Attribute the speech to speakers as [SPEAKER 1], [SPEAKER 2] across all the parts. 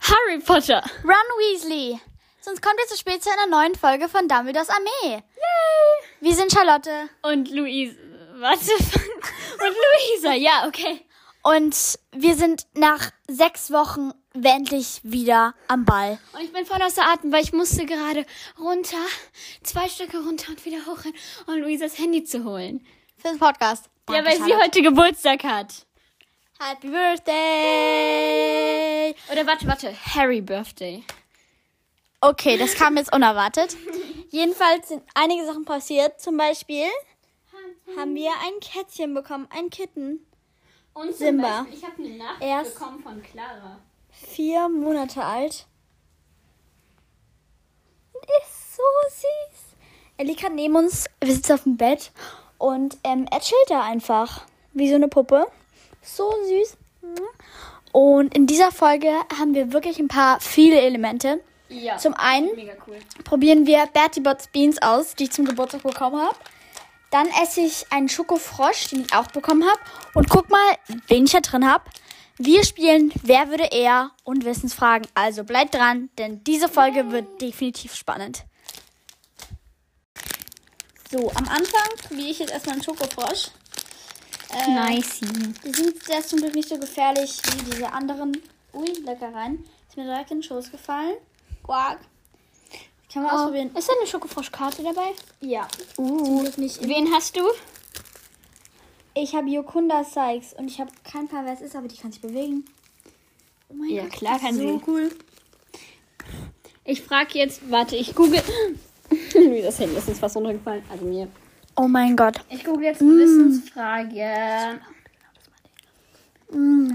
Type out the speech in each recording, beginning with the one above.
[SPEAKER 1] Harry Potter.
[SPEAKER 2] Ron Weasley. Sonst kommt ihr zu spät zu einer neuen Folge von Dumbledores Armee. Yay! Wir sind Charlotte.
[SPEAKER 1] Und Luise. Was? Und Luisa. Ja, okay.
[SPEAKER 2] Und wir sind nach sechs Wochen endlich wieder am Ball.
[SPEAKER 1] Und ich bin voll außer Atem, weil ich musste gerade runter, zwei Stöcke runter und wieder hochrennen, um Luisas Handy zu holen.
[SPEAKER 2] Für den Podcast.
[SPEAKER 1] ja, weil sie heute Geburtstag hat.
[SPEAKER 2] Happy Birthday!
[SPEAKER 1] Oder warte, warte. Harry Birthday.
[SPEAKER 2] Okay, das kam jetzt unerwartet. Jedenfalls sind einige Sachen passiert. Zum Beispiel haben wir ein Kätzchen bekommen, ein Kitten.
[SPEAKER 1] Und
[SPEAKER 2] Simba.
[SPEAKER 1] ich habe eine Nachricht
[SPEAKER 2] Erst-
[SPEAKER 1] bekommen von Clara.
[SPEAKER 2] Vier Monate alt. Und ist so süß. Er liegt gerade neben uns, wir sitzen auf dem Bett und ähm, er chillt da einfach. Wie so eine Puppe. So süß. Und in dieser Folge haben wir wirklich ein paar viele Elemente.
[SPEAKER 1] Ja.
[SPEAKER 2] Zum einen
[SPEAKER 1] Mega cool.
[SPEAKER 2] probieren wir Bertie Bott's Beans aus, die ich zum Geburtstag bekommen habe. Dann esse ich einen Schokofrosch, den ich auch bekommen habe. Und guck mal, wen ich da drin habe. Wir spielen Wer würde eher und Wissensfragen. Also bleibt dran, denn diese Folge wird definitiv spannend. So, am Anfang probiere ich jetzt erstmal einen Schokofrosch. Äh,
[SPEAKER 1] Nice.
[SPEAKER 2] Die sind sehr zum Glück nicht so gefährlich wie diese anderen. Ui, lecker rein. Ist mir direkt in den Schoß gefallen. Quack. Kann
[SPEAKER 1] Oh,
[SPEAKER 2] man ausprobieren.
[SPEAKER 1] Ist da eine Schokofroschkarte dabei?
[SPEAKER 2] Ja. Uh. Nicht
[SPEAKER 1] Wen hast du?
[SPEAKER 2] ich habe Yokunda Sykes und ich habe keinen Plan, wer es ist, aber die kann sich bewegen. Oh mein
[SPEAKER 1] Ja, klar
[SPEAKER 2] das
[SPEAKER 1] kann
[SPEAKER 2] ist so
[SPEAKER 1] sie.
[SPEAKER 2] cool.
[SPEAKER 1] Ich frage jetzt, warte, ich google. Wie das Handy ist jetzt was runtergefallen. Also mir.
[SPEAKER 2] Oh mein Gott.
[SPEAKER 1] Ich google jetzt eine Wissensfrage.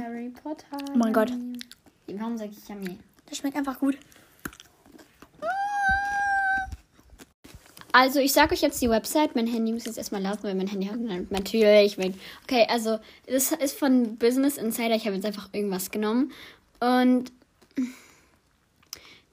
[SPEAKER 1] Harry Potter.
[SPEAKER 2] Oh mein Gott.
[SPEAKER 1] Warum sage ich Yummy?
[SPEAKER 2] Das schmeckt einfach gut.
[SPEAKER 1] Also, ich sage euch jetzt die Website. Mein Handy muss jetzt erstmal lauten, weil mein Handy hat natürlich. Mein okay, also, das ist von Business Insider. Ich habe jetzt einfach irgendwas genommen. Und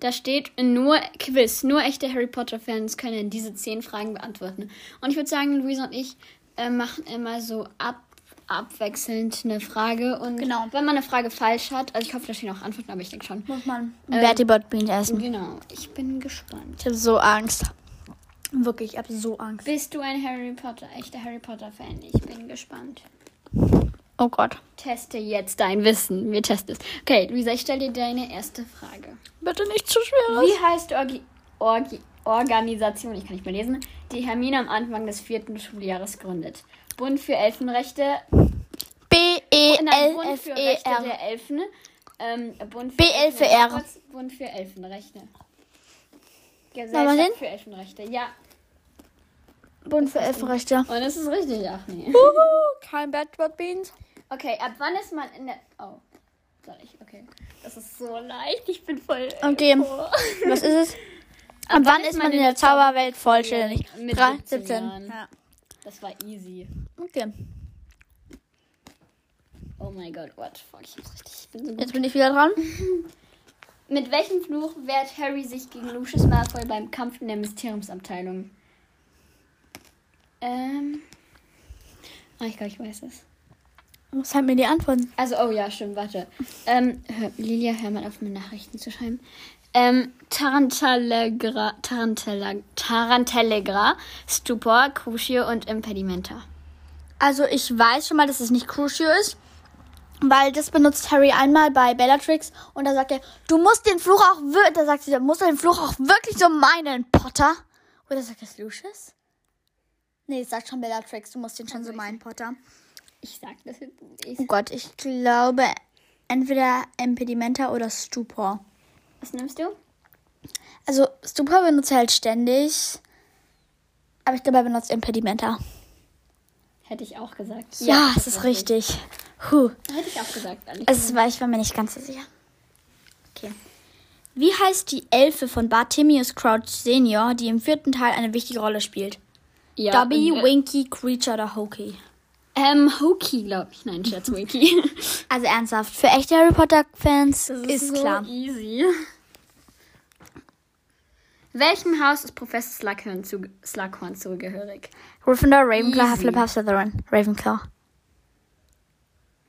[SPEAKER 1] da steht nur Quiz. Nur echte Harry Potter-Fans können diese zehn Fragen beantworten. Und ich würde sagen, Luisa und ich äh, machen immer so ab, abwechselnd eine Frage. Und
[SPEAKER 2] Genau.
[SPEAKER 1] wenn man eine Frage falsch hat, also ich hoffe, da stehen auch Antworten, aber ich denke schon.
[SPEAKER 2] Muss man Bertie Bot Bean essen.
[SPEAKER 1] Genau, ich bin gespannt.
[SPEAKER 2] Ich habe so Angst. Wirklich, ich habe so Angst.
[SPEAKER 1] Bist du ein Harry Potter, echter Harry Potter-Fan? Ich bin gespannt.
[SPEAKER 2] Oh Gott.
[SPEAKER 1] Teste jetzt dein Wissen. Wir testen es. Okay, Luisa, ich stelle dir deine erste Frage.
[SPEAKER 2] Bitte nicht zu schwer.
[SPEAKER 1] Wie heißt die Orgi Orgi Organisation, ich kann nicht mehr lesen, die Hermine am Anfang des vierten Schuljahres gründet? Bund für Elfenrechte,
[SPEAKER 2] E
[SPEAKER 1] nein, Bund für Rechte
[SPEAKER 2] B-E-L-F-E-R.
[SPEAKER 1] der Elfen, ähm, Bund für
[SPEAKER 2] BL für E R.
[SPEAKER 1] Hogwarts, Bund für Elfenrechte.
[SPEAKER 2] mal hin?
[SPEAKER 1] Gesellschaft für Elfenrechte, ja.
[SPEAKER 2] Bund für Elfenrechte.
[SPEAKER 1] Und es ist richtig, ach nee.
[SPEAKER 2] Kein Bertie Bot Beans.
[SPEAKER 1] Okay, ab wann ist man in der. Oh. Soll ich? Okay. Das ist so leicht. Ich bin voll.
[SPEAKER 2] Okay.
[SPEAKER 1] Oh.
[SPEAKER 2] Was ist es? Ab wann ist man in der Zauberwelt vollständig?
[SPEAKER 1] Mit
[SPEAKER 2] 3,
[SPEAKER 1] 17 Jahren.
[SPEAKER 2] 17. Ja.
[SPEAKER 1] Das war easy.
[SPEAKER 2] Okay.
[SPEAKER 1] Oh mein Gott, what the fuck. Ich hab's richtig. Ich bin so gut.
[SPEAKER 2] Jetzt bin ich wieder dran.
[SPEAKER 1] Mit welchem Fluch wehrt Harry sich gegen Lucius Malfoy beim Kampf in der Mysteriumsabteilung? Ähm. Ah, ich glaube, ich weiß es.
[SPEAKER 2] Was haben halt mir die Antworten?
[SPEAKER 1] Also, oh ja, stimmt, warte. Ähm, hör, Lilia, hör mal auf, mir Nachrichten zu schreiben. Ähm, Tarantellegra, Tarantella, Tarantellegra, Stupor, Crucio und Impedimenta.
[SPEAKER 2] Also ich weiß schon mal, dass es nicht Crucio ist, weil das benutzt Harry einmal bei Bellatrix und da sagt er, du musst den Fluch auch wirklich, da sagt sie, du musst den Fluch auch wirklich so meinen, Potter. Oder sagt das Lucius? Nee, es sagt schon Bellatrix, du musst den schon so meinen, Potter.
[SPEAKER 1] Ich sag das jetzt ich,
[SPEAKER 2] Oh Gott, ich glaube entweder Impedimenta oder Stupor.
[SPEAKER 1] Was nimmst du?
[SPEAKER 2] Also, Stupor benutzt er halt ständig. Aber ich glaube, er benutzt Impedimenta.
[SPEAKER 1] Hätte ich auch gesagt.
[SPEAKER 2] Ja, es ist richtig. Huh.
[SPEAKER 1] Hätte ich auch gesagt, ehrlich.
[SPEAKER 2] Es war, ich war mir nicht ganz so sicher. Okay. Wie heißt die Elfe von Bartimius Crouch Senior, die im vierten Teil eine wichtige Rolle spielt?
[SPEAKER 1] ja,
[SPEAKER 2] Dobby,
[SPEAKER 1] äh,
[SPEAKER 2] Winky, Creature oder Hokey?
[SPEAKER 1] Ähm, Hokey, glaube ich. Nein, Scherz, Winky.
[SPEAKER 2] Also ernsthaft, für echte Harry Potter-Fans ist,
[SPEAKER 1] so
[SPEAKER 2] klar.
[SPEAKER 1] easy. Welchem Haus ist Professor Slughorn, zu, Slughorn zugehörig?
[SPEAKER 2] Gryffindor, Ravenclaw,
[SPEAKER 1] Easy.
[SPEAKER 2] Hufflepuff, Slytherin. Ravenclaw.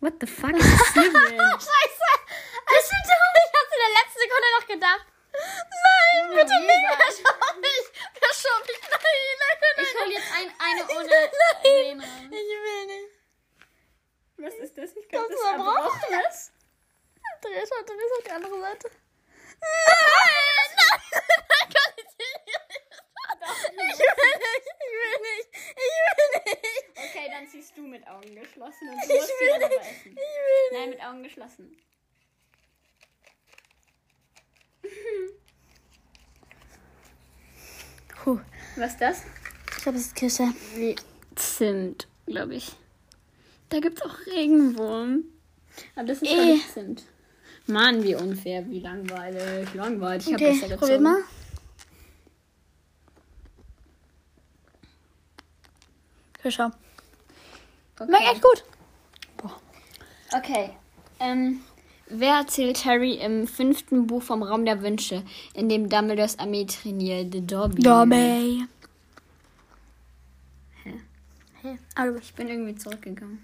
[SPEAKER 1] What the fuck is this?
[SPEAKER 2] Ah, Scheiße! Das stimmt, ich hab's in der letzten
[SPEAKER 1] gedacht.
[SPEAKER 2] Nein, bitte
[SPEAKER 1] Lisa.
[SPEAKER 2] nicht. Verschau mich. Verschau mich. Nein, nein,
[SPEAKER 1] Ich hole jetzt ein, eine ohne
[SPEAKER 2] nein.
[SPEAKER 1] Lehne rein.
[SPEAKER 2] Nein, ich will nicht.
[SPEAKER 1] Was ist das? Ich
[SPEAKER 2] glaub,
[SPEAKER 1] glaube,
[SPEAKER 2] Das das ist verbrochen. verbrochen
[SPEAKER 1] ist.
[SPEAKER 2] Dreh schon, dreh schon die andere Seite. Nein, nein, nein, kann ich nicht. Ich will nicht, ich will nicht, ich will nicht.
[SPEAKER 1] Okay, dann ziehst du mit Augen geschlossen und du
[SPEAKER 2] Ich
[SPEAKER 1] musst sie
[SPEAKER 2] will
[SPEAKER 1] selber
[SPEAKER 2] nicht, ich
[SPEAKER 1] essen.
[SPEAKER 2] will nicht.
[SPEAKER 1] Nein, mit Augen geschlossen.
[SPEAKER 2] Puh,
[SPEAKER 1] Was ist das?
[SPEAKER 2] ich glaube, es ist Kirsche.
[SPEAKER 1] Wie Zimt, glaube ich. Da gibt's auch Regenwurm. Aber das ist
[SPEAKER 2] Eh.
[SPEAKER 1] doch nicht Zimt. Mann, wie unfair, wie langweilig, langweilig. Ich hab das ja
[SPEAKER 2] Okay,
[SPEAKER 1] gezogen.
[SPEAKER 2] probier mal. Kirsche. Schmeckt
[SPEAKER 1] Okay,
[SPEAKER 2] echt gut.
[SPEAKER 1] okay. Ähm, wer erzählt Harry im fünften Buch vom Raum der Wünsche, in dem Dumbledores Armee trainierte Dobby?
[SPEAKER 2] Dobby.
[SPEAKER 1] Hä?
[SPEAKER 2] Hä? Also, ich
[SPEAKER 1] Ich bin irgendwie zurückgegangen.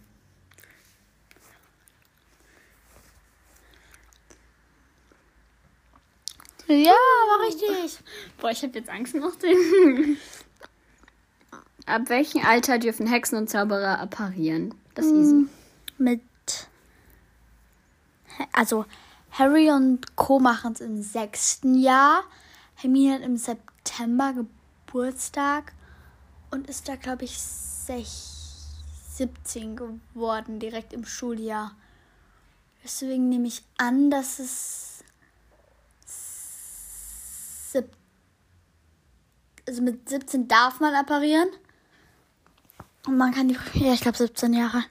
[SPEAKER 2] Ja, war
[SPEAKER 1] Oh.
[SPEAKER 2] richtig.
[SPEAKER 1] Boah, ich habe jetzt Angst noch den. Ab welchem Alter dürfen Hexen und Zauberer apparieren? Das ist easy.
[SPEAKER 2] Mit. Also, Harry und Co. machen es im sechsten Jahr. Hermine hat im September Geburtstag und ist da, glaube ich, sech, 17 geworden, direkt im Schuljahr. Deswegen nehme ich an, dass es. sieb- Also mit 17 darf man apparieren. Und man kann die. Ja, ich glaube 17 Jahre.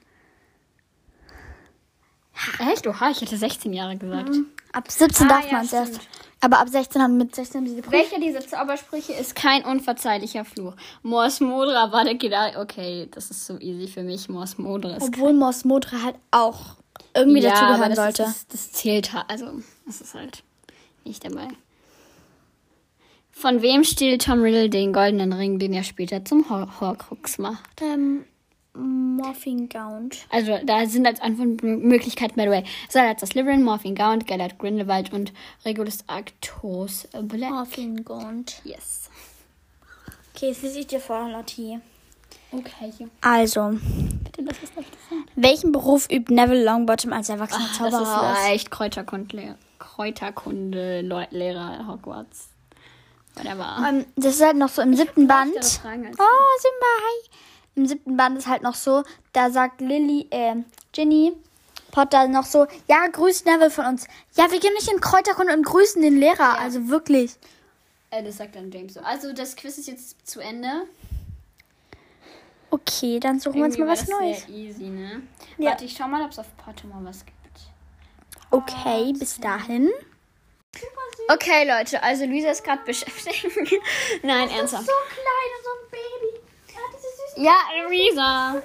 [SPEAKER 1] Echt? Oha, ich hätte 16 Jahre gesagt.
[SPEAKER 2] Ab 17
[SPEAKER 1] Ah,
[SPEAKER 2] darf
[SPEAKER 1] ja,
[SPEAKER 2] man es erst.
[SPEAKER 1] stimmt.
[SPEAKER 2] Aber ab 16 haben mit 16 haben sie die Prüfung.
[SPEAKER 1] Welcher dieser Zaubersprüche ist kein unverzeihlicher Fluch? Mors Modra war der Gedar. Okay, das ist so easy für mich. Mors Modra ist.
[SPEAKER 2] Obwohl Mos Motra halt auch irgendwie
[SPEAKER 1] Ja, aber
[SPEAKER 2] dazugehören
[SPEAKER 1] das
[SPEAKER 2] sollte.
[SPEAKER 1] Ist, das, das zählt halt. Also, das ist halt nicht dabei. Von wem stiehlt Tom Riddle den goldenen Ring, den er später zum Hor Horcrux macht?
[SPEAKER 2] ähm, Morphine Gaunt.
[SPEAKER 1] Also, da sind als Antwortmöglichkeit Medway, Salat Slytherin, Morphine Gaunt, Gellert Grindelwald und Regulus Arctos Black.
[SPEAKER 2] Morphine Gaunt.
[SPEAKER 1] Yes.
[SPEAKER 2] Okay, jetzt lese ich dir vor, Lottie.
[SPEAKER 1] Okay.
[SPEAKER 2] Also,
[SPEAKER 1] Bitte lass es nicht sein.
[SPEAKER 2] welchen Beruf übt Neville Longbottom als erwachsener
[SPEAKER 1] Ach, Ah, das ist
[SPEAKER 2] Zauberer aus?
[SPEAKER 1] leicht. Kräuterkunde, Kräuterkunde Leu- Lehrer Hogwarts. Whatever.
[SPEAKER 2] Ähm, das ist halt noch so im siebten Band.
[SPEAKER 1] Andere Fragen als-
[SPEAKER 2] Oh, Simba, hi. Im siebten Band ist halt noch so, da sagt Lily, äh, Ginny, Potter noch so, ja, grüß Neville von uns. Ja, wir gehen nicht in Kräuterkunde und grüßen den Lehrer. Also wirklich.
[SPEAKER 1] Äh, das sagt dann James so. Also, das Quiz ist jetzt zu Ende.
[SPEAKER 2] Okay, dann suchen wir uns mal
[SPEAKER 1] Irgendwie war
[SPEAKER 2] was
[SPEAKER 1] das
[SPEAKER 2] Neues.
[SPEAKER 1] Sehr easy, ne?
[SPEAKER 2] Ja.
[SPEAKER 1] Warte, ich schau mal, ob es auf Pottermore was gibt. Ah,
[SPEAKER 2] Okay, bis dahin.
[SPEAKER 1] Okay, Leute, also Luisa ist gerade beschäftigt. Nein, ernsthaft.
[SPEAKER 2] klein und so ein Baby. Ja, das ist süß.
[SPEAKER 1] Ja, Luisa.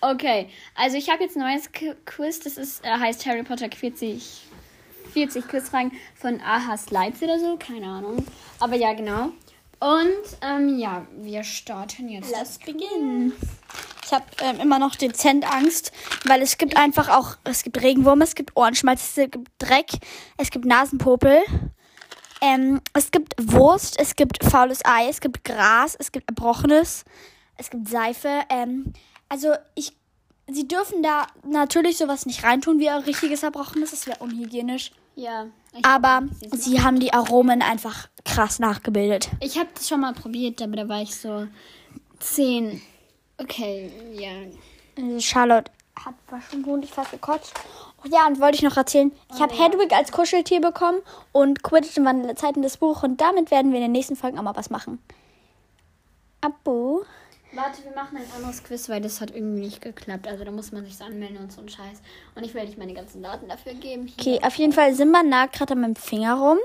[SPEAKER 1] Okay, also ich habe jetzt ein neues Qu- Quiz. Das ist, äh, heißt Harry Potter 40, 40 Quizfragen von Ahas Leipzig oder so. Keine Ahnung. Aber ja, genau. Und ähm, ja, wir starten jetzt.
[SPEAKER 2] Lass beginnen. Ich habe ähm, immer noch dezent Angst, weil es gibt einfach auch, es gibt Regenwürmer, es gibt Ohrenschmalz, es gibt Dreck, es gibt Nasenpopel, ähm, es gibt Wurst, es gibt faules Ei, es gibt Gras, es gibt Erbrochenes, es gibt Seife. Ähm, also ich, sie dürfen da natürlich sowas nicht reintun wie ein richtiges Erbrochenes, das wäre unhygienisch.
[SPEAKER 1] Ja. Ich,
[SPEAKER 2] Aber sie haben die Aromen einfach krass nachgebildet.
[SPEAKER 1] ich habe das schon mal probiert, aber da war ich so 10. Okay, ja.
[SPEAKER 2] Also Charlotte hat schon wohnlich fast gekotzt. Oh ja, und wollte ich noch erzählen, ich
[SPEAKER 1] Oh,
[SPEAKER 2] habe Hedwig als Kuscheltier bekommen und Quidditch im Wandel der Zeiten das Buch und damit werden wir in den nächsten Folgen auch mal was machen. Abo.
[SPEAKER 1] Warte, wir machen ein anderes Quiz, weil das hat irgendwie nicht geklappt. Also da muss man sich so anmelden und so ein Scheiß. Und ich werde nicht meine ganzen Daten dafür geben. Hier.
[SPEAKER 2] Okay, auf jeden Fall Simba nagt gerade an meinem Finger rum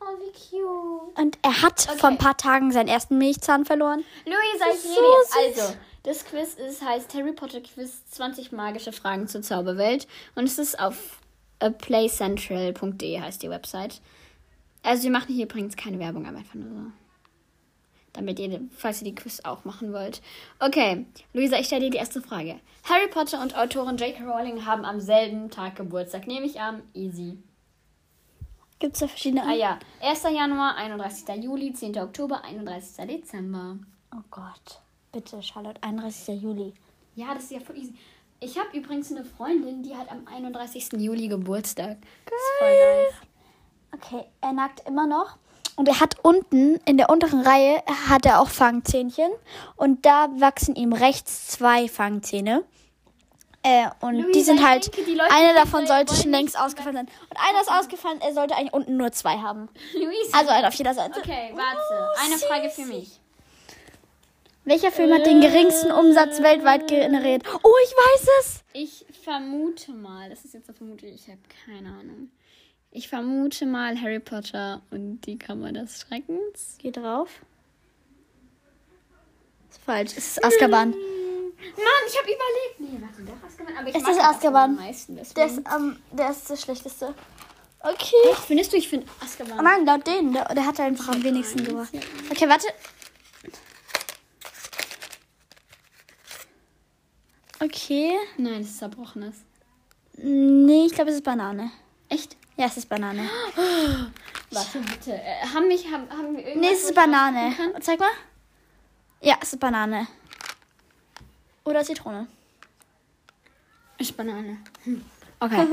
[SPEAKER 1] Oh, wie cute.
[SPEAKER 2] und er hat vor ein paar Tagen seinen ersten Milchzahn verloren.
[SPEAKER 1] Luisa,
[SPEAKER 2] Das
[SPEAKER 1] ich
[SPEAKER 2] ist
[SPEAKER 1] rede
[SPEAKER 2] so
[SPEAKER 1] jetzt.
[SPEAKER 2] süß.
[SPEAKER 1] Also, das Quiz ist, heißt Harry Potter Quiz 20 magische Fragen zur Zauberwelt. Und es ist auf äh, playcentral.de heißt die Website. Also wir machen hier übrigens keine Werbung, aber einfach nur so. Damit ihr, falls ihr die Quiz auch machen wollt. Okay, Luisa, ich stelle dir die erste Frage. Harry Potter und Autorin J.K. Rowling haben am selben Tag Geburtstag. Nehme ich an, easy.
[SPEAKER 2] Gibt es da verschiedene?
[SPEAKER 1] Ah ja, 1. Januar, 31. Juli, 10. Oktober, 31. Dezember.
[SPEAKER 2] Oh Gott. Bitte, Charlotte, 31. Juli.
[SPEAKER 1] Ja, das ist ja voll easy. Ich habe übrigens eine Freundin, die hat am 31. Juli Geburtstag. Das ist voll nice.
[SPEAKER 2] Okay, er nackt immer noch. Und er hat unten, in der unteren Reihe, hat er auch Fangzähnchen. Und da wachsen ihm rechts zwei Fangzähne. Äh, und
[SPEAKER 1] Luisa,
[SPEAKER 2] die sind
[SPEAKER 1] ich
[SPEAKER 2] halt,
[SPEAKER 1] denke, die Leute
[SPEAKER 2] einer
[SPEAKER 1] sind
[SPEAKER 2] davon
[SPEAKER 1] voll-
[SPEAKER 2] sollte
[SPEAKER 1] wollen
[SPEAKER 2] schon längst
[SPEAKER 1] nicht-
[SPEAKER 2] ausgefallen sein. Und einer ist ausgefallen, er sollte eigentlich unten nur zwei haben.
[SPEAKER 1] Luisa.
[SPEAKER 2] Also einer auf jeder Seite.
[SPEAKER 1] okay, warte. Eine
[SPEAKER 2] süß.
[SPEAKER 1] Frage für mich.
[SPEAKER 2] Welcher Film hat den geringsten Umsatz weltweit generiert? Oh, ich weiß es!
[SPEAKER 1] Ich vermute mal, das ist jetzt eine Vermutung, ich habe keine Ahnung. Ich vermute mal Harry Potter und die Kammer des Schreckens.
[SPEAKER 2] Geh drauf. Ist falsch, es ist Azkaban.
[SPEAKER 1] Mann, ich habe überlegt. Nee, warte, doch Azkaban. Aber ich
[SPEAKER 2] Es
[SPEAKER 1] mag
[SPEAKER 2] ist
[SPEAKER 1] Azkaban
[SPEAKER 2] Azkaban.
[SPEAKER 1] am meisten.
[SPEAKER 2] Der
[SPEAKER 1] Deswegen.
[SPEAKER 2] ist, ähm, der ist der schlechteste. Okay.
[SPEAKER 1] Echt, findest du, ich finde
[SPEAKER 2] Oh
[SPEAKER 1] Azkaban.
[SPEAKER 2] nein, laut denen. Der, der hat einfach am wenigsten gemacht. Okay, warte. Okay.
[SPEAKER 1] Nein, das ist zerbrochenes.
[SPEAKER 2] Nee, ich glaube, es ist Banane.
[SPEAKER 1] Echt?
[SPEAKER 2] Ja, es ist Banane.
[SPEAKER 1] Warte, bitte. Äh, haben, mich, haben, haben wir irgendwas...
[SPEAKER 2] Nee, es
[SPEAKER 1] wo
[SPEAKER 2] ist
[SPEAKER 1] ich
[SPEAKER 2] Banane.
[SPEAKER 1] rausgucken kann?
[SPEAKER 2] Zeig mal. Ja, es ist Banane. Oder Zitrone.
[SPEAKER 1] Ist Banane. Hm. Okay,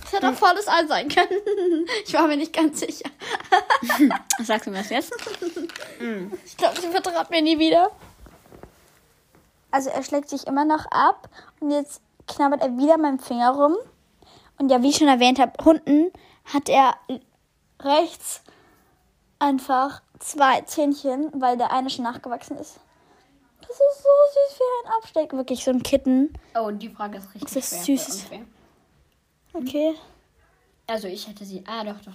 [SPEAKER 2] Das hätte auch volles Ei sein können. Ich war mir nicht ganz sicher.
[SPEAKER 1] sagst du mir das jetzt?
[SPEAKER 2] Ich glaube, sie vertraut mir nie wieder. Also er schlägt sich immer noch ab und jetzt knabbert er wieder meinen Finger rum. Und ja, wie ich schon erwähnt habe, unten hat er rechts einfach zwei Zähnchen, weil der eine schon nachgewachsen ist. Das ist so süß wie ein Absteck. Wirklich so ein Kitten.
[SPEAKER 1] Oh, die Frage ist richtig
[SPEAKER 2] Das ist
[SPEAKER 1] schwer.
[SPEAKER 2] süß.
[SPEAKER 1] Unfair.
[SPEAKER 2] Okay.
[SPEAKER 1] Also ich hätte sie... Ah, doch, doch.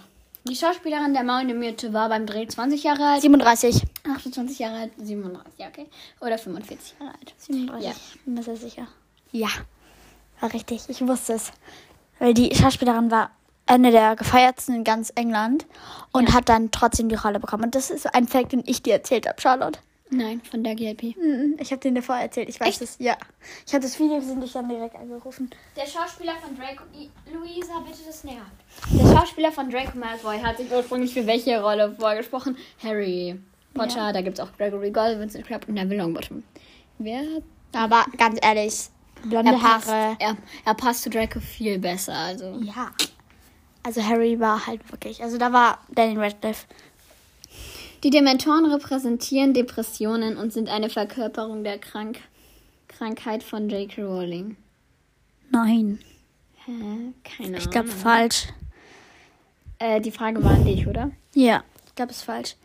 [SPEAKER 1] Die Schauspielerin der Maune Mirte war beim Dreh 20 Jahre alt.
[SPEAKER 2] 37.
[SPEAKER 1] 28 Jahre alt, 37, ja, okay. Oder 45 Jahre alt.
[SPEAKER 2] 37.
[SPEAKER 1] Ja.
[SPEAKER 2] Bin mir sehr sicher.
[SPEAKER 1] Ja.
[SPEAKER 2] War richtig, ich wusste es. Weil die Schauspielerin war eine der gefeiertsten in ganz England und hat dann trotzdem die Rolle bekommen. Und das ist ein Fact, den ich dir erzählt habe, Charlotte.
[SPEAKER 1] Nein, von der GLP.
[SPEAKER 2] Mhm, Ich habe den davor erzählt, ich weiß es. Ja. Ich habe das Video gesehen, dich dann direkt angerufen.
[SPEAKER 1] Der Schauspieler von Draco. I- Luisa, bitte das näher. Der Schauspieler von Draco Malfoy hat sich ursprünglich für welche Rolle vorgesprochen? Harry Potter, da gibt es auch Gregory Gold, Vincent Crabbe und Neville Longbottom. Wer hat.
[SPEAKER 2] Aber ganz ehrlich, blonde
[SPEAKER 1] Er passt,
[SPEAKER 2] Haare.
[SPEAKER 1] er, er passt zu Draco viel besser, also.
[SPEAKER 2] Ja. Also Harry war halt wirklich, also da war Daniel Radcliffe.
[SPEAKER 1] Die Dementoren repräsentieren Depressionen und sind eine Verkörperung der Krank Krankheit von J.K. Rowling.
[SPEAKER 2] Nein,
[SPEAKER 1] Hä? Keine Ahnung.
[SPEAKER 2] ich glaube falsch.
[SPEAKER 1] Äh, die Frage war an dich, oder?
[SPEAKER 2] Ja, ich glaube es ist falsch.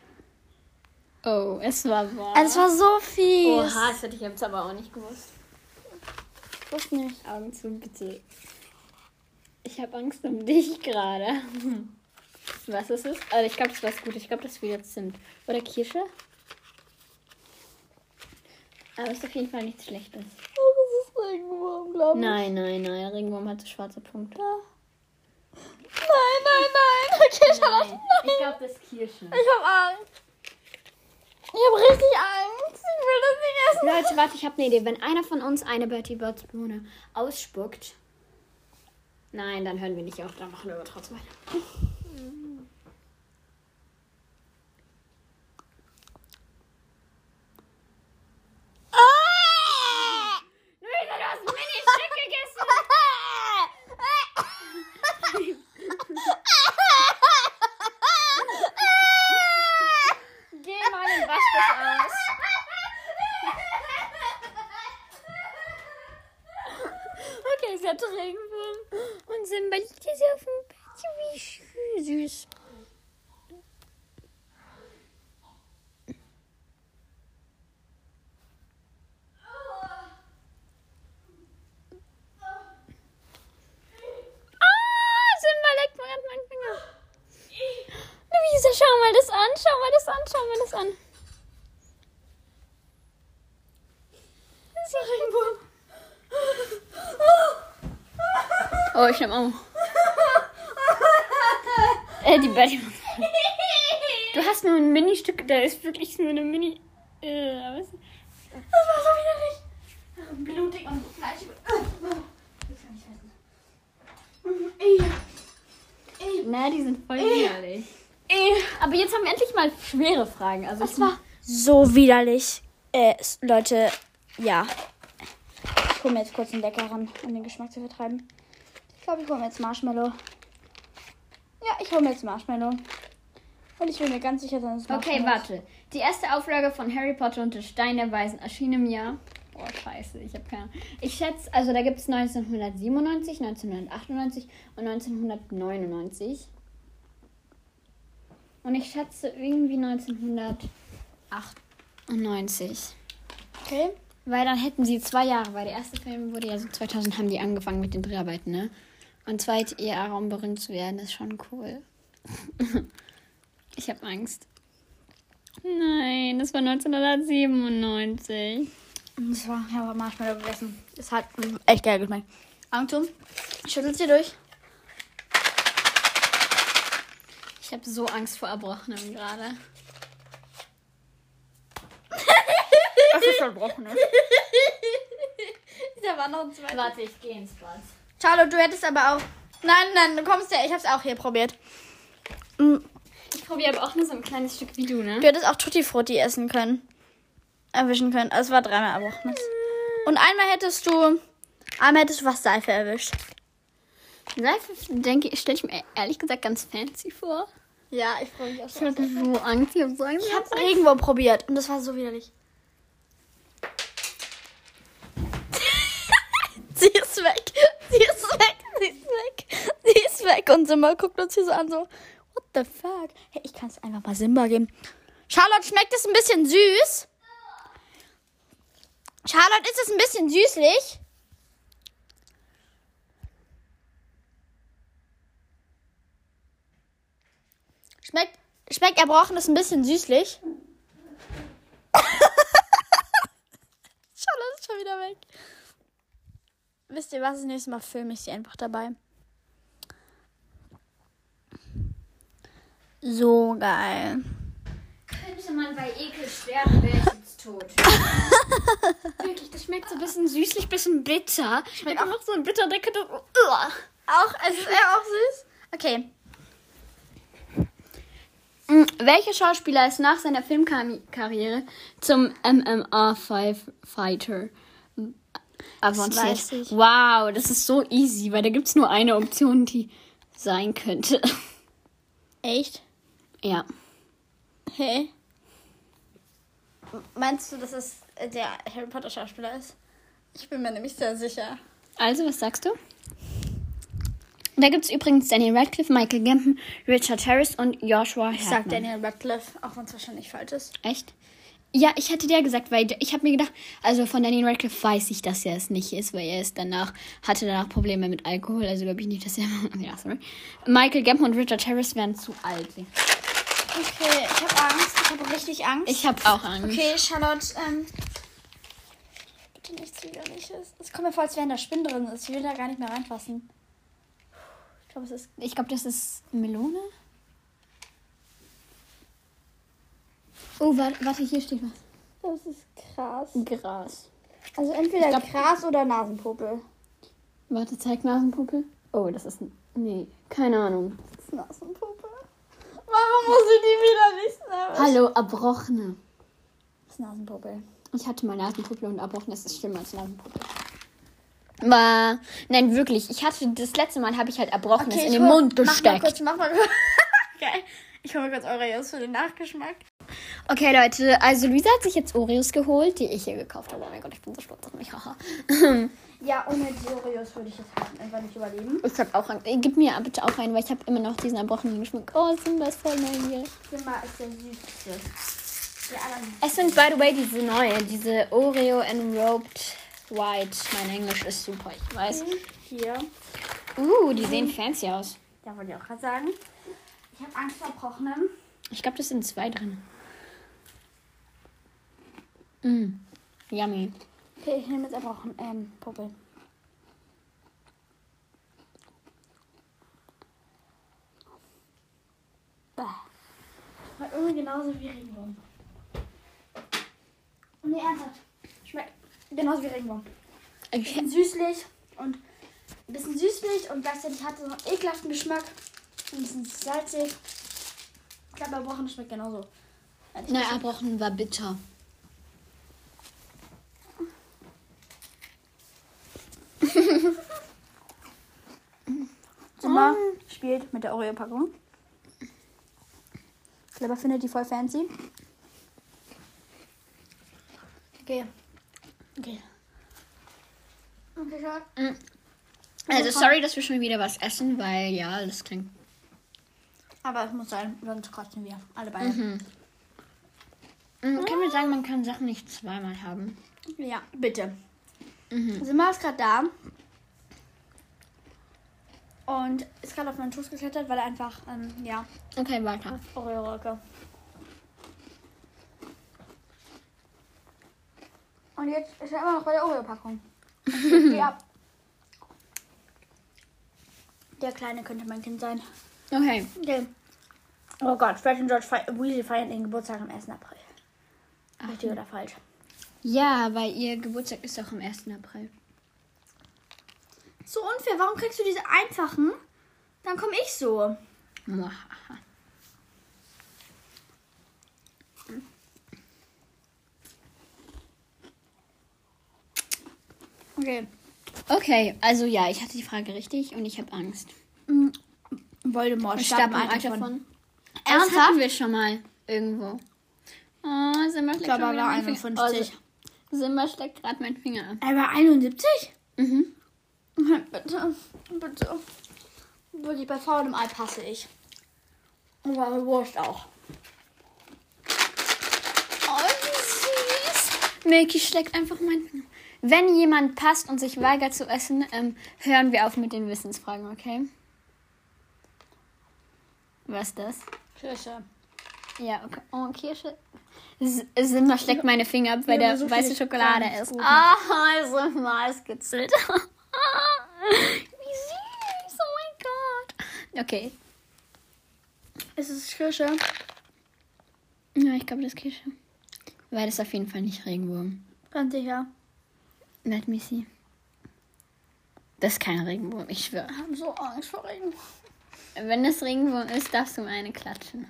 [SPEAKER 1] Oh, es war wahr.
[SPEAKER 2] Also, es war so viel.
[SPEAKER 1] Oha, das hätte ich jetzt aber auch nicht gewusst.
[SPEAKER 2] ich wusste nicht.
[SPEAKER 1] Augen zu, bitte. Ich habe Angst um dich gerade. Was ist es? Also ich glaube, das war gut. Ich glaube, das wir jetzt sind. Oder Kirsche? Aber es ist auf jeden Fall nichts Schlechtes.
[SPEAKER 2] Oh, das ist Regenwurm, glaube ich.
[SPEAKER 1] Nein, nein, nein. Regenwurm hat so schwarze Punkte.
[SPEAKER 2] Nein, nein, nein. Okay, Charlotte, nein.
[SPEAKER 1] Ich glaube, das ist Kirsche.
[SPEAKER 2] Ich hab Angst. Ich hab richtig Angst. Ich will das nicht essen.
[SPEAKER 1] Leute, warte, ich habe eine Idee. Wenn einer von uns eine Bertie Botts Bohne ausspuckt. Nein, dann hören wir nicht auf. Dann machen wir aber trotzdem weiter. Luisa, du hast Mini-Stück gegessen. Geh mal und wasch das aus.
[SPEAKER 2] Okay, sie hatte Regenwurm. Und Simba liegt jetzt hier auf dem Bett. Wie süß.
[SPEAKER 1] Ah, Simba leckt mir gerade meinen Finger. Luisa, schau mal das an, schau mal das an, schau mal das an. Das ist ein Regenwurm. Oh, ich nehme auch. Äh, die Betty. Du hast nur ein Mini-Stück, da ist wirklich nur eine Mini. Äh, was?
[SPEAKER 2] Das war so widerlich. Blutig und fleischig. Ich kann nicht essen. Ey. Ey,
[SPEAKER 1] ne? Die sind voll widerlich. Äh. Aber jetzt haben wir endlich mal schwere Fragen. Also ich-
[SPEAKER 2] So widerlich. Äh, s- Leute, ja. Ich hole mir jetzt kurz einen Decker ran, um den Geschmack zu vertreiben. Ich glaube, ich hole mir jetzt Marshmallow. Ja, ich hole mir jetzt Marshmallow. Und ich bin mir ganz sicher, dass es
[SPEAKER 1] Okay,
[SPEAKER 2] Marshmallow
[SPEAKER 1] warte. Die erste Auflage von Harry Potter und der Stein der Weisen erschien im Jahr. Oh, scheiße, ich habe keine Ahnung. Ich schätze, also da gibt es 1997, 1998 und 1999. Und ich schätze irgendwie 1998.
[SPEAKER 2] ist. Okay.
[SPEAKER 1] Weil dann hätten sie zwei Jahre, weil der erste Film wurde ja so 2000 haben die angefangen mit den Dreharbeiten, ne? Und zwei Jahre, um berühmt zu werden, ist schon cool. ich habe Angst. Nein, das war 1997.
[SPEAKER 2] Das war, ich habe Marshmallow gegessen. Es hat echt geil geschmeckt. Augen zu. Ich schüttel sie durch.
[SPEAKER 1] Ich habe so Angst vor Erbrochenem gerade.
[SPEAKER 2] Das ist verbrochen. da war noch ein zweiter.
[SPEAKER 1] Warte, ich gehe ins Bad.
[SPEAKER 2] Charlotte, du hättest aber auch. Nein, nein, du kommst ja. Ich hab's auch hier probiert. Mm,
[SPEAKER 1] Ich probiere aber auch nur so ein kleines Stück wie du,
[SPEAKER 2] Du
[SPEAKER 1] ne?
[SPEAKER 2] hättest auch Tutti Frutti essen können. Erwischen können. Also es war dreimal Erbrochenes. Und einmal hättest du. Einmal hättest du was Seife erwischt.
[SPEAKER 1] Seife, denke ich, stelle ich mir ehrlich gesagt ganz fancy vor.
[SPEAKER 2] Ja, ich freue mich auch
[SPEAKER 1] Ich hatte so Angst, ich habe so Angst.
[SPEAKER 2] Ich hab's Regenwurm probiert und das war so widerlich. Sie ist weg. Sie ist weg. Sie ist weg. Sie ist weg. Und Simba guckt uns hier so an, so, what the fuck? Hey, ich kann es einfach mal Simba geben. Charlotte, schmeckt es ein bisschen süß? Charlotte, ist es ein bisschen süßlich? Schmeckt, schmeckt erbrochen, ist ein bisschen süßlich. Charlotte ist schon wieder weg. Wisst ihr was? Das nächste Mal filme ich sie einfach dabei. So geil.
[SPEAKER 1] Könnte man bei Ekel sterben, wäre ich jetzt tot. Wirklich, das schmeckt so ein bisschen süßlich, bisschen bitter. Schmeckt auch noch so ein bitter Decke.
[SPEAKER 2] Auch, es ist auch süß. Okay.
[SPEAKER 1] Mm, Welcher Schauspieler ist nach seiner Filmkarriere zum MMA-Fighter
[SPEAKER 2] weiß
[SPEAKER 1] avanciert?
[SPEAKER 2] ich.
[SPEAKER 1] Wow, das ist so easy, weil da gibt es nur eine Option, die sein könnte.
[SPEAKER 2] Echt?
[SPEAKER 1] Ja.
[SPEAKER 2] Hey. Meinst du, dass es der Harry Potter Schauspieler ist? Ich bin mir nämlich sehr sicher.
[SPEAKER 1] Also, was sagst du? Da gibt es übrigens Daniel Radcliffe, Michael Gambon, Richard Harris und Joshua Herman.
[SPEAKER 2] Ich sag Daniel Radcliffe, auch wenn es wahrscheinlich falsch ist.
[SPEAKER 1] Echt? Ja, ich hätte dir gesagt, weil ich habe mir gedacht, also von Daniel Radcliffe weiß ich, dass er es nicht ist, weil er ist danach, hatte danach Probleme mit Alkohol, also glaube ich nicht, dass er. Ja, sorry. Michael Gambon und Richard Harris wären zu alt.
[SPEAKER 2] Okay, ich habe Angst. Ich habe richtig Angst.
[SPEAKER 1] Ich habe auch Angst.
[SPEAKER 2] okay, Charlotte, ähm. Bitte nichts Widerliches. Es kommt mir vor, als wäre da Spinn drin. ist. Ich will da gar nicht mehr reinfassen. Ich glaube, es ist.
[SPEAKER 1] Ich glaube, das ist Melone. Oh, warte, warte, hier steht was.
[SPEAKER 2] Ich glaube, es ist Gras.
[SPEAKER 1] Gras.
[SPEAKER 2] Also entweder
[SPEAKER 1] Ich glaub-
[SPEAKER 2] Gras oder Nasenpopel.
[SPEAKER 1] Warte, zeig Nasenpuppe. Oh, das ist. Nee, keine Ahnung.
[SPEAKER 2] Das ist Nasenpopel. Warum muss ich die widerlich nehmen?
[SPEAKER 1] Hallo, Erbrochene.
[SPEAKER 2] Das Halt. ist Nasenpopel.
[SPEAKER 1] Ich hatte mal Nasenpupille und Abbruch, das ist schlimmer als Nasenpupille. War, nein, wirklich. Ich hatte das letzte Mal habe ich halt erbrochenes in den Mund
[SPEAKER 2] Mach mal
[SPEAKER 1] gesteckt.
[SPEAKER 2] kurz, mach mal kurz. Geil. Ich hole mir kurz Oreos für den Nachgeschmack.
[SPEAKER 1] Okay, Leute, also Luisa hat sich jetzt Oreos geholt, die ich hier gekauft habe. Oh mein Gott, ich bin so stolz auf mich. Haha.
[SPEAKER 2] Ja, ohne die Oreos würde ich jetzt einfach nicht überleben.
[SPEAKER 1] ich habe auch Angst. Ey, Gib mir bitte auch einen, weil ich habe immer noch diesen erbrochenen Geschmack. Oh, sind das voll neu hier.
[SPEAKER 2] Zimmer ist der süßeste. Die anderen
[SPEAKER 1] Es sind, by the way, diese neue, diese Oreo Enrobed White. Mein Englisch ist super, ich weiß.
[SPEAKER 2] Mhm. hier.
[SPEAKER 1] Uh, die sehen fancy aus.
[SPEAKER 2] Da wollte ich auch gerade sagen. Ich habe Angst vor Brochenen.
[SPEAKER 1] Ich glaube, das sind zwei drin. Mm. Yummy.
[SPEAKER 2] Okay, ich nehme jetzt einfach einen ähm, Popel. Bäh. War irgendwie genauso wie Regenwurm. Nee, ernsthaft. Schmeckt genauso wie Regenwurm.
[SPEAKER 1] Ich,
[SPEAKER 2] bisschen süßlich und ein bisschen süßlich und gleichzeitig hat es so einen ekelhaften Geschmack. ein bisschen salzig. Ich glaube, bei Brochen schmeckt genauso.
[SPEAKER 1] Nein, Erbrochen war bitter.
[SPEAKER 2] Zimmer spielt mit der Oreo-Packung. Clever findet die voll fancy. Okay. Okay. Okay, schau.
[SPEAKER 1] Mm. Also sorry, dass wir schon wieder was essen, weil ja, das klingt.
[SPEAKER 2] Aber es muss sein, sonst kotzen wir. Alle beide.
[SPEAKER 1] Mhm, Können wir sagen, man kann Sachen nicht zweimal haben?
[SPEAKER 2] Ja, bitte. Simba ist gerade da. Und ist gerade auf meinen Schoß geklettert, weil er einfach, ähm, ja,
[SPEAKER 1] Okay, weiter.
[SPEAKER 2] Oreo-Röcke. Und jetzt ist er immer noch bei der Oreo-Packung. ja. Der Kleine könnte mein Kind sein.
[SPEAKER 1] Okay.
[SPEAKER 2] Okay. Oh Gott, Fred und George fei Weasley feiern ihren Geburtstag am 1. April. Richtig oder falsch?
[SPEAKER 1] Ja, weil ihr Geburtstag ist auch am 1. April.
[SPEAKER 2] So unfair. Warum kriegst du diese einfachen? Dann komme ich so.
[SPEAKER 1] Muahaha.
[SPEAKER 2] Okay.
[SPEAKER 1] Okay, also ja, ich hatte die Frage richtig und ich habe Angst.
[SPEAKER 2] Voldemort
[SPEAKER 1] Ich starb im Alter von. Ernsthaft? Das hatten wir schon mal irgendwo. Oh, Simba schlägt
[SPEAKER 2] Ich glaube,
[SPEAKER 1] schon
[SPEAKER 2] er
[SPEAKER 1] wieder
[SPEAKER 2] war
[SPEAKER 1] meinen Finger.
[SPEAKER 2] 51.
[SPEAKER 1] Oh, Simba schlägt gerade meinen Finger ab.
[SPEAKER 2] Er war 71?
[SPEAKER 1] Mhm.
[SPEAKER 2] Bitte, bitte. Wirklich, bei Faul im Ei passe ich. Und bei Wurst auch.
[SPEAKER 1] Oh, wie süß. Milky schlägt einfach meinen Finger. Wenn jemand passt und sich weigert zu essen, ähm, hören wir auf mit den Wissensfragen, okay? Was ist das?
[SPEAKER 2] Kirsche.
[SPEAKER 1] Ja, okay. Oh, Kirsche. S- Simba schlägt meine Finger ab, weil
[SPEAKER 2] Ja,
[SPEAKER 1] der
[SPEAKER 2] so
[SPEAKER 1] weiße
[SPEAKER 2] viel
[SPEAKER 1] Schokolade
[SPEAKER 2] Kleines
[SPEAKER 1] ist.
[SPEAKER 2] Kuchen.
[SPEAKER 1] Ah, Simba ist gezittert. Wie süß. Oh mein Gott. Okay.
[SPEAKER 2] Ist es Kirsche?
[SPEAKER 1] Ja, ich glaube, das ist Kirsche. Weil das ist auf jeden Fall nicht Regenwurm.
[SPEAKER 2] Ganz sicher.
[SPEAKER 1] Let me see. Das ist kein Regenwurm, ich schwöre.
[SPEAKER 2] Ich habe so Angst vor Regen.
[SPEAKER 1] Wenn das Regenwurm ist, darfst du mir eine klatschen.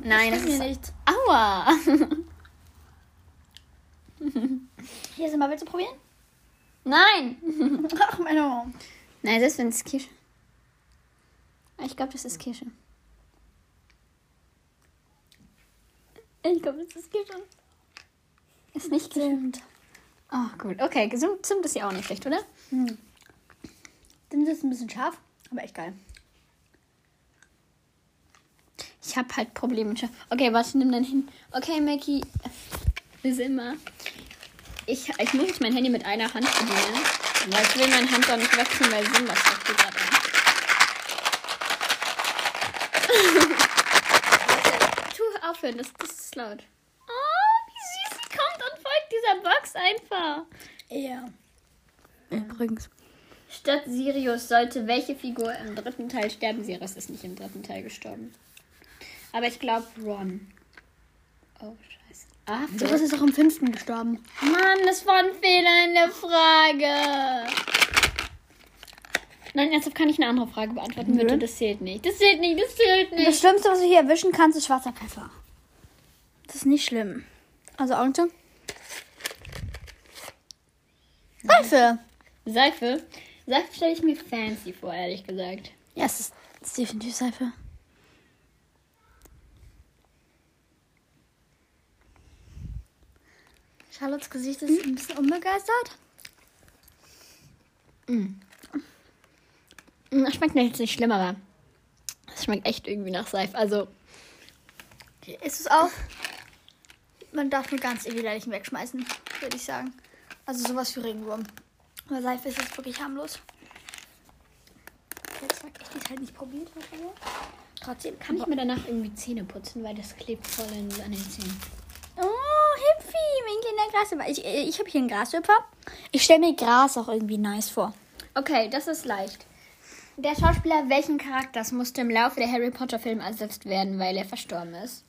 [SPEAKER 1] Nein, das
[SPEAKER 2] mir
[SPEAKER 1] ist...
[SPEAKER 2] nichts.
[SPEAKER 1] Aua!
[SPEAKER 2] Hier sind wir, willst du probieren?
[SPEAKER 1] Nein!
[SPEAKER 2] Ach, meine Mom.
[SPEAKER 1] Nein, das ist Kirsche. Ich glaube, das ist Kirsche. Ich glaube, das ist Kirsche. Ist nicht Kirsche.
[SPEAKER 2] Stimmt.
[SPEAKER 1] Oh, gut. Okay, Zimt, Zimt ist ja auch nicht schlecht, oder?
[SPEAKER 2] Hm. Sind ist ein bisschen scharf, aber echt geil.
[SPEAKER 1] Ich habe halt Probleme. mit Scha- Okay, was nimm dann hin? Okay, Mackie. Wir sind mal. Ich, ich muss jetzt mein Handy mit einer Hand bedienen. Weil ich will meine Hand doch nicht wechseln, weil Simba steckt die gerade an. Warte, tu aufhören, das, das ist laut. Oh, wie süß sie kommt und folgt dieser Box einfach.
[SPEAKER 2] Ja. Übrigens.
[SPEAKER 1] Statt Sirius sollte welche Figur im dritten Teil sterben? Sirius ist nicht im dritten Teil gestorben. Aber ich glaube Ron. Oh, scheiße. Ah,
[SPEAKER 2] Sowas
[SPEAKER 1] Phil.
[SPEAKER 2] ist auch im fünften gestorben.
[SPEAKER 1] Mann, das war ein Fehler in der Frage. Nein, ernsthaft kann ich eine andere Frage beantworten, bitte. Das zählt nicht. Das zählt nicht, das zählt
[SPEAKER 2] Das
[SPEAKER 1] nicht.
[SPEAKER 2] Schlimmste, was du hier erwischen kannst, ist schwarzer Pfeffer. Das ist nicht schlimm. Also Augen zu. Seife.
[SPEAKER 1] Seife. Seife stelle ich mir fancy vor, ehrlich gesagt.
[SPEAKER 2] Ja, es ist, es ist definitiv Seife. Charlottes Gesicht ist ein bisschen unbegeistert.
[SPEAKER 1] Hm, Mm. Das schmeckt jetzt nicht schlimm, aber es schmeckt echt irgendwie nach Seife. Also,
[SPEAKER 2] Ist es auch? Man darf nur ganz widerlichen wegschmeißen, würde ich sagen. Also sowas wie Regenwurm. Aber Seife ist jetzt wirklich harmlos. Jetzt sag ich, die ist halt nicht probiert. wahrscheinlich. Trotzdem
[SPEAKER 1] kann
[SPEAKER 2] kann ich.
[SPEAKER 1] ich mir danach irgendwie Zähne putzen, weil das klebt voll in, an den Zähnen.
[SPEAKER 2] Oh, Hipfi, mein kleiner Grashüpfer. Ich, äh, ich habe hier einen Grashüpfer. Ich stelle mir Gras auch irgendwie nice vor.
[SPEAKER 1] Okay, das ist leicht. Der Schauspieler welchen Charakters musste im Laufe der Harry Potter Filme ersetzt werden, weil er verstorben ist?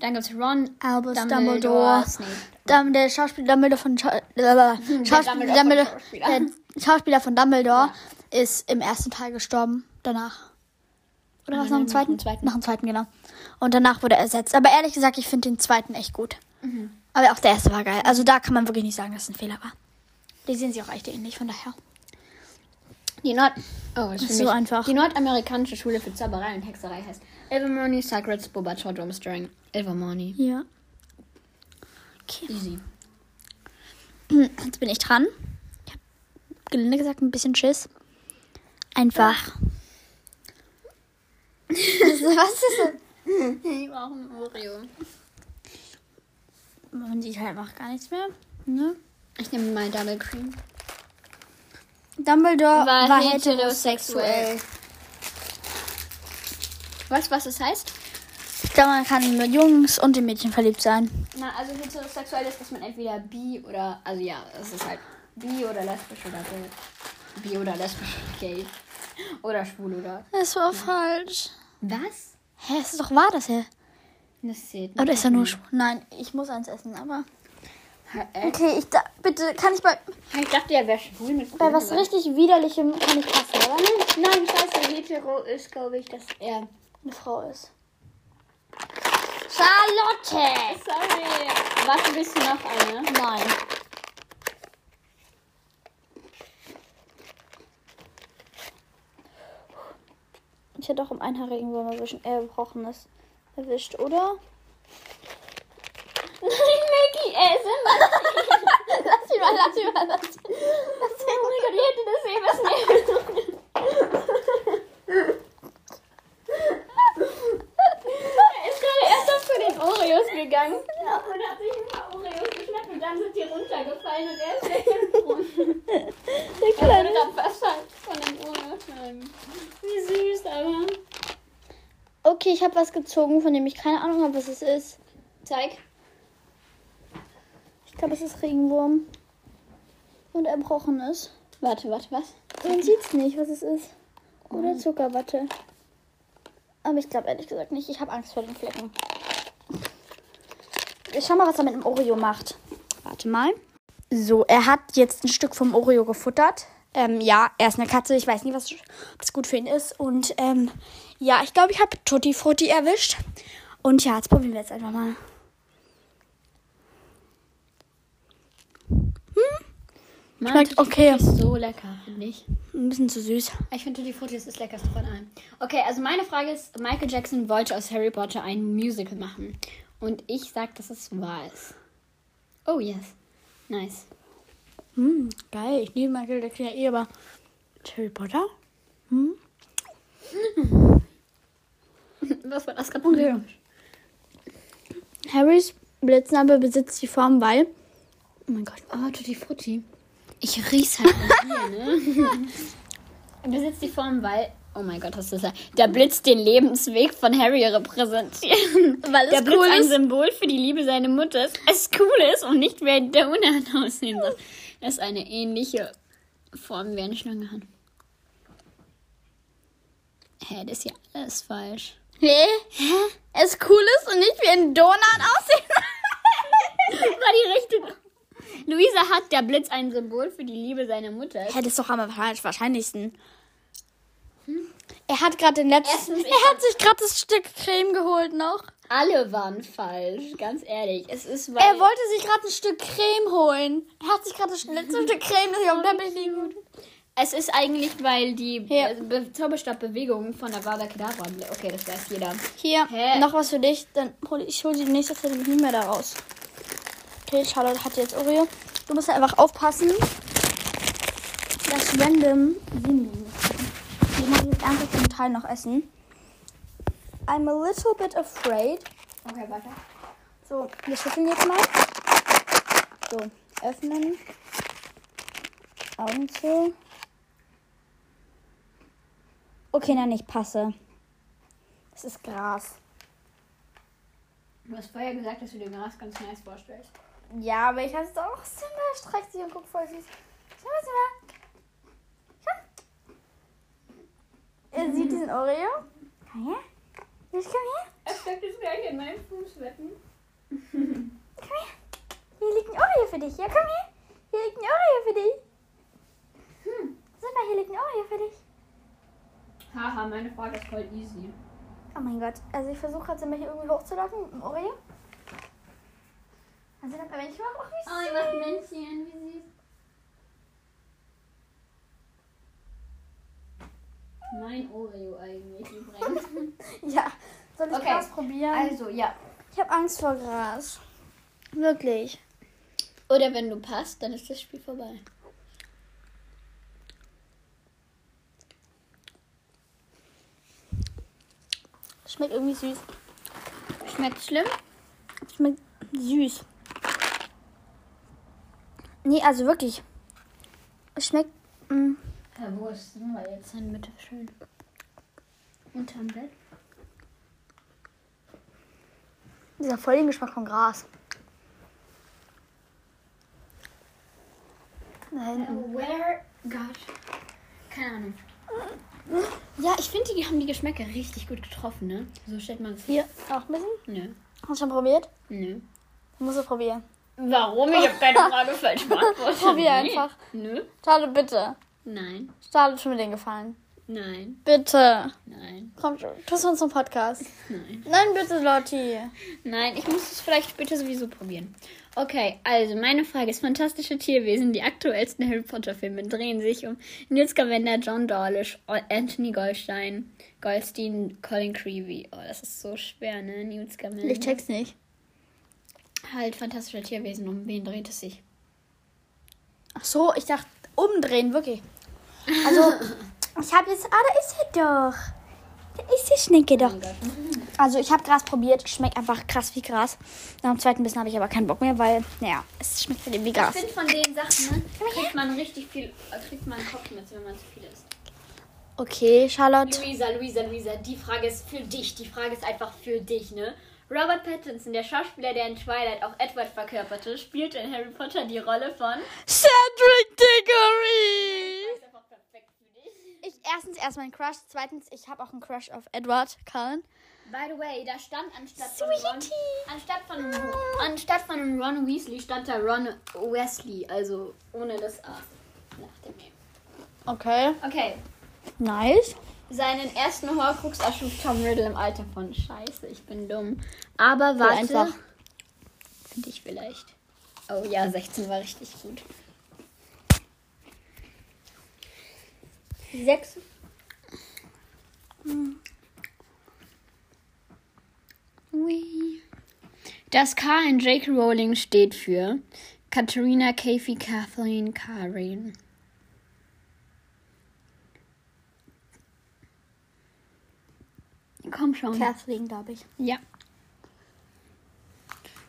[SPEAKER 1] Dann gibt's Ron,
[SPEAKER 2] Albus Dumbledore.
[SPEAKER 1] Dumbledore, Snape.
[SPEAKER 2] Dam- der Schauspieler Dumbledore von Scha äh,
[SPEAKER 1] Dumbledore
[SPEAKER 2] Schauspieler,
[SPEAKER 1] von
[SPEAKER 2] Dumbledore,
[SPEAKER 1] Schauspieler.
[SPEAKER 2] der Schauspieler von Dumbledore ist im ersten Teil gestorben. Danach. Oder
[SPEAKER 1] Nein,
[SPEAKER 2] was nach
[SPEAKER 1] nein,
[SPEAKER 2] dem zweiten?
[SPEAKER 1] nach dem zweiten.
[SPEAKER 2] Nach dem zweiten, genau. Und danach wurde er ersetzt. Aber ehrlich gesagt, ich finde den zweiten echt gut. Aber auch der erste war geil. Also da kann man wirklich nicht sagen, dass es ein Fehler war. Die sehen sich auch echt ähnlich, von daher.
[SPEAKER 1] Die Nord oh, ich
[SPEAKER 2] Ist
[SPEAKER 1] bin
[SPEAKER 2] so
[SPEAKER 1] nicht-
[SPEAKER 2] einfach.
[SPEAKER 1] Die nordamerikanische Schule für Zauberei und Hexerei heißt Ilvermorny Sacred Spobachor Domstring. Ilvermorny.
[SPEAKER 2] Ja. Okay.
[SPEAKER 1] Easy.
[SPEAKER 2] Jetzt bin ich dran. Ich hab gelinde gesagt ein bisschen Schiss. Einfach. was ist das?
[SPEAKER 1] Ich brauche ein Oreo.
[SPEAKER 2] Man sieht halt einfach gar nichts mehr. Ne?
[SPEAKER 1] Ich nehme mal Double Cream.
[SPEAKER 2] Dumbledore war,
[SPEAKER 1] War
[SPEAKER 2] heterosexuell.
[SPEAKER 1] heterosexuell. Weißt du, was das heißt?
[SPEAKER 2] Ich glaube, man kann in Jungs und in Mädchen verliebt sein.
[SPEAKER 1] Na, also heterosexuell ist, dass man entweder bi oder, also ja, es ist halt bi oder lesbisch oder bi- bi oder lesbisch gay. Oder schwul oder.
[SPEAKER 2] Das war falsch.
[SPEAKER 1] Was?
[SPEAKER 2] Hä, es ist doch wahr, dass er.
[SPEAKER 1] Das zählt
[SPEAKER 2] Oder ist er nur schwul? Nein, ich muss eins essen, aber.
[SPEAKER 1] Hä? äh,
[SPEAKER 2] Okay, ich da. Bitte, kann ich bei.
[SPEAKER 1] Ich dachte, er wäre schwul mit
[SPEAKER 2] Bei was
[SPEAKER 1] Kohlensäure.
[SPEAKER 2] richtig Widerlichem kann ich passen, oder nicht?
[SPEAKER 1] Nein, scheiße, hetero ist, glaube ich, dass er.
[SPEAKER 2] Eine Frau ist. Charlotte!
[SPEAKER 1] Sorry. Warte, willst du noch eine?
[SPEAKER 2] Nein. Ich hätte auch im einhaarigen Wurm erwischen, äh, Erbrochenes erwischt, oder?
[SPEAKER 1] Nein, Maggie, äh, er ist immer.
[SPEAKER 2] Lass ihn mal, lass ihn mal, lass ihn mal.
[SPEAKER 1] Oh mein Gott, ich hätte das eben was nehmen Er ist gerade erst noch zu den Oreos gegangen. Und hat sich ein paar Oreos geschnappt und dann sind die runtergefallen und er ist weggebrunnen.
[SPEAKER 2] Der
[SPEAKER 1] Er wurde
[SPEAKER 2] Kleine.
[SPEAKER 1] gerade fast von den Oreos. genommen. Wie süß, aber.
[SPEAKER 2] Okay, ich habe was gezogen, von dem ich keine Ahnung habe, was es ist.
[SPEAKER 1] Zeig.
[SPEAKER 2] Ich glaube, es ist Regenwurm. Und erbrochen ist.
[SPEAKER 1] Warte, warte, was?
[SPEAKER 2] Man sieht's nicht, was es ist. Oder Zuckerwatte. Aber ich glaube ehrlich gesagt nicht. Ich habe Angst vor den Flecken. Ich schau mal, was er mit einem Oreo macht. Warte mal. So, er hat jetzt ein Stück vom Oreo gefuttert. Ähm, ja, er ist eine Katze. Ich weiß nicht, was ob es gut für ihn ist. Und ähm, ja, ich glaube, ich habe Tutti Frutti erwischt. Und ja, jetzt probieren wir jetzt einfach mal. Hm? Schmeckt okay.
[SPEAKER 1] Ist so lecker, finde ich.
[SPEAKER 2] Ein bisschen zu süß.
[SPEAKER 1] Ich finde Tutti Frutti ist das leckerste von allem. Okay, also meine Frage ist, Michael Jackson wollte aus Harry Potter ein Musical machen. Und ich sag, dass es wahr ist. Oh, yes. Nice.
[SPEAKER 2] Hm, geil. Ich liebe Michael Jackson ja eh, aber Harry Potter?
[SPEAKER 1] Was war das gerade? Okay.
[SPEAKER 2] Harrys Blitznarbe besitzt die Form, weil... Oh mein Gott.
[SPEAKER 1] Oh, Tutti Frutti. Ich riech's halt von hier, ne? Besitzt die Form, weil... Oh mein Gott, hast du das... Der Blitz den Lebensweg von Harry repräsentiert.
[SPEAKER 2] Weil
[SPEAKER 1] Der Blitz ein Symbol für die Liebe seiner Mutter ist, es cool ist und nicht wie ein Donut aussehen soll. Das ist eine ähnliche Form wie eine Schlangenhand. Hä, das ist ja alles falsch.
[SPEAKER 2] Nee. Hä? Es cool ist und nicht wie ein Donut aussehen.
[SPEAKER 1] War die richtige. Luisa hat der Blitz ein Symbol für die Liebe seiner Mutter. ist.
[SPEAKER 2] Hä, das ist doch am wahrscheinlich- wahrscheinlichsten. Er hat gerade den letzten...
[SPEAKER 1] Erstens, ich
[SPEAKER 2] er hat sich gerade das Stück Creme geholt noch.
[SPEAKER 1] Alle waren falsch, ganz ehrlich. Es ist weil
[SPEAKER 2] Er wollte sich gerade ein Stück Creme holen. Er hat sich gerade das letzte Stück Creme, das ich auf dem Teppich liegen
[SPEAKER 1] es ist eigentlich weil die
[SPEAKER 2] Ja.
[SPEAKER 1] Be- Be Zauberstabbewegung von Avada Kedavra. ne? Okay, das weiß jeder.
[SPEAKER 2] Hier,
[SPEAKER 1] Hä?
[SPEAKER 2] noch was für dich. Dann hol ich, ich hol die nächste Zeit nicht mehr da raus. Okay, Charlotte hat jetzt Oreo. Du musst einfach aufpassen, dass random. Die muss ich jetzt einfach zum Teil noch essen. I'm a little bit afraid.
[SPEAKER 1] Okay, weiter.
[SPEAKER 2] So, wir schütteln jetzt mal. So, öffnen. Augen zu. Okay, nein, ich passe. Es ist Gras.
[SPEAKER 1] Du hast vorher gesagt, dass du dir Gras ganz nice vorstellst.
[SPEAKER 2] Ja, aber ich hab's doch auch Simba streckt sich und guckt voll süß. Schau mal, Simba. Schau. Er sieht diesen Oreo. Komm her. Jetzt komm her.
[SPEAKER 1] Er steckt jetzt gleich in meinen Fuß wetten.
[SPEAKER 2] Komm her. Hier liegt ein Oreo für dich. Ja, komm her. Hier liegt
[SPEAKER 1] Hm.
[SPEAKER 2] ein Oreo für dich. Simba, hier liegt ein Oreo für dich.
[SPEAKER 1] Haha, meine Frage ist voll easy.
[SPEAKER 2] Oh mein Gott. Also ich versuche gerade, mich irgendwie hochzulocken. Im Oreo. Also dann, wenn ich mache, oh, wie süß.
[SPEAKER 1] macht Männchen, wie süß. Mein Oreo eigentlich übrigens.
[SPEAKER 2] Ja. Soll ich
[SPEAKER 1] Okay.
[SPEAKER 2] Gras probieren?
[SPEAKER 1] also, ja.
[SPEAKER 2] ich habe Angst vor Gras. Wirklich.
[SPEAKER 1] Oder wenn du passt, dann ist das Spiel vorbei.
[SPEAKER 2] Schmeckt irgendwie süß.
[SPEAKER 1] Schmeckt schlimm?
[SPEAKER 2] Schmeckt süß. Nee, also wirklich. Es schmeckt. mm,
[SPEAKER 1] Ja, wo ist denn mal jetzt hin? Bitte schön. Unterm Bett.
[SPEAKER 2] dieser voll den Geschmack von Gras. Da hinten.
[SPEAKER 1] Where? Gott. Keine Ahnung. Ja, ich finde, die haben die Geschmäcker richtig gut getroffen, ne? So stellt man es.
[SPEAKER 2] Hier, auch ein bisschen.
[SPEAKER 1] Nö.
[SPEAKER 2] Hast du schon probiert?
[SPEAKER 1] Nö.
[SPEAKER 2] Musst du probieren.
[SPEAKER 1] Warum? Ich habe keine Frage falsch beantwortet.
[SPEAKER 2] Probier einfach.
[SPEAKER 1] Nö.
[SPEAKER 2] Schade, bitte.
[SPEAKER 1] Nein.
[SPEAKER 2] Schade, tu mir den Gefallen.
[SPEAKER 1] Nein.
[SPEAKER 2] Bitte.
[SPEAKER 1] Nein.
[SPEAKER 2] Komm, tust uns zum Podcast.
[SPEAKER 1] Nein.
[SPEAKER 2] Nein, bitte, Lotti.
[SPEAKER 1] Nein, ich muss es vielleicht später sowieso probieren. Okay, also meine Frage ist: Fantastische Tierwesen, die aktuellsten Harry Potter-Filme drehen sich um Nils Cavender, John Dawlish, O- Anthony Goldstein, Goldstein, Colin Creevy. Oh, das ist so schwer, ne? Nils Cavender.
[SPEAKER 2] Ich check's nicht.
[SPEAKER 1] Halt, fantastische Tierwesen, um wen dreht es sich?
[SPEAKER 2] Ach so, ich dachte, umdrehen, wirklich. Also, ich habe jetzt. Ah, da ist sie doch. Da ist die Schnecke doch. Also, ich habe Gras probiert. Schmeckt einfach krass wie Gras. Nach dem zweiten Bissen habe ich aber keinen Bock mehr, weil, naja, es schmeckt halt eben wie Gras.
[SPEAKER 1] Ich finde von den Sachen, ne, kriegt man richtig viel, äh, kriegt man Kopfschmerzen, wenn man zu viel isst.
[SPEAKER 2] Okay, Charlotte.
[SPEAKER 1] Luisa, Luisa, Luisa, die Frage ist für dich. Die Frage ist einfach für dich, ne? Robert Pattinson, der Schauspieler, der in Twilight auch Edward verkörperte, spielt in Harry Potter die Rolle von.
[SPEAKER 2] Cedric Diggory!
[SPEAKER 1] Das ist einfach perfekt für dich.
[SPEAKER 2] Ich, erstens erstmal einen Crush. Zweitens, ich habe auch einen Crush auf Edward Cullen.
[SPEAKER 1] By the way, da stand anstatt von
[SPEAKER 2] Sweetie. Ah.
[SPEAKER 1] Ron, anstatt von anstatt von Ron Weasley stand da Ron Wesley, also ohne das A nach dem E.
[SPEAKER 2] Okay.
[SPEAKER 1] Okay,
[SPEAKER 2] Nice.
[SPEAKER 1] Seinen ersten Horcrux erschuf Tom Riddle im Alter von Scheiße, ich bin dumm. Aber warte.
[SPEAKER 2] einfach.
[SPEAKER 1] Für dich vielleicht. Oh ja, 16 war richtig gut.
[SPEAKER 2] Sechs.
[SPEAKER 1] Hm. Ui. Das K in Jake Rowling steht für Katharina, Kathy, Kathleen, Karin. Komm schon.
[SPEAKER 2] Kathleen, glaube ich.
[SPEAKER 1] Ja.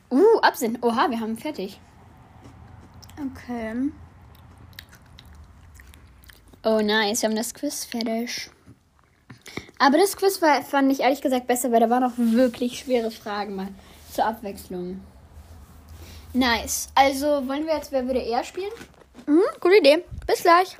[SPEAKER 1] Uh, Absinn. Oha, wir haben fertig.
[SPEAKER 2] Okay.
[SPEAKER 1] Oh nice, wir haben das Quiz fertig. Aber das Quiz war, fand ich ehrlich gesagt besser, weil da waren auch wirklich schwere Fragen mal zur Abwechslung. Nice. Also wollen wir jetzt Wer würde eher spielen?
[SPEAKER 2] Mhm, gute Idee. Bis gleich.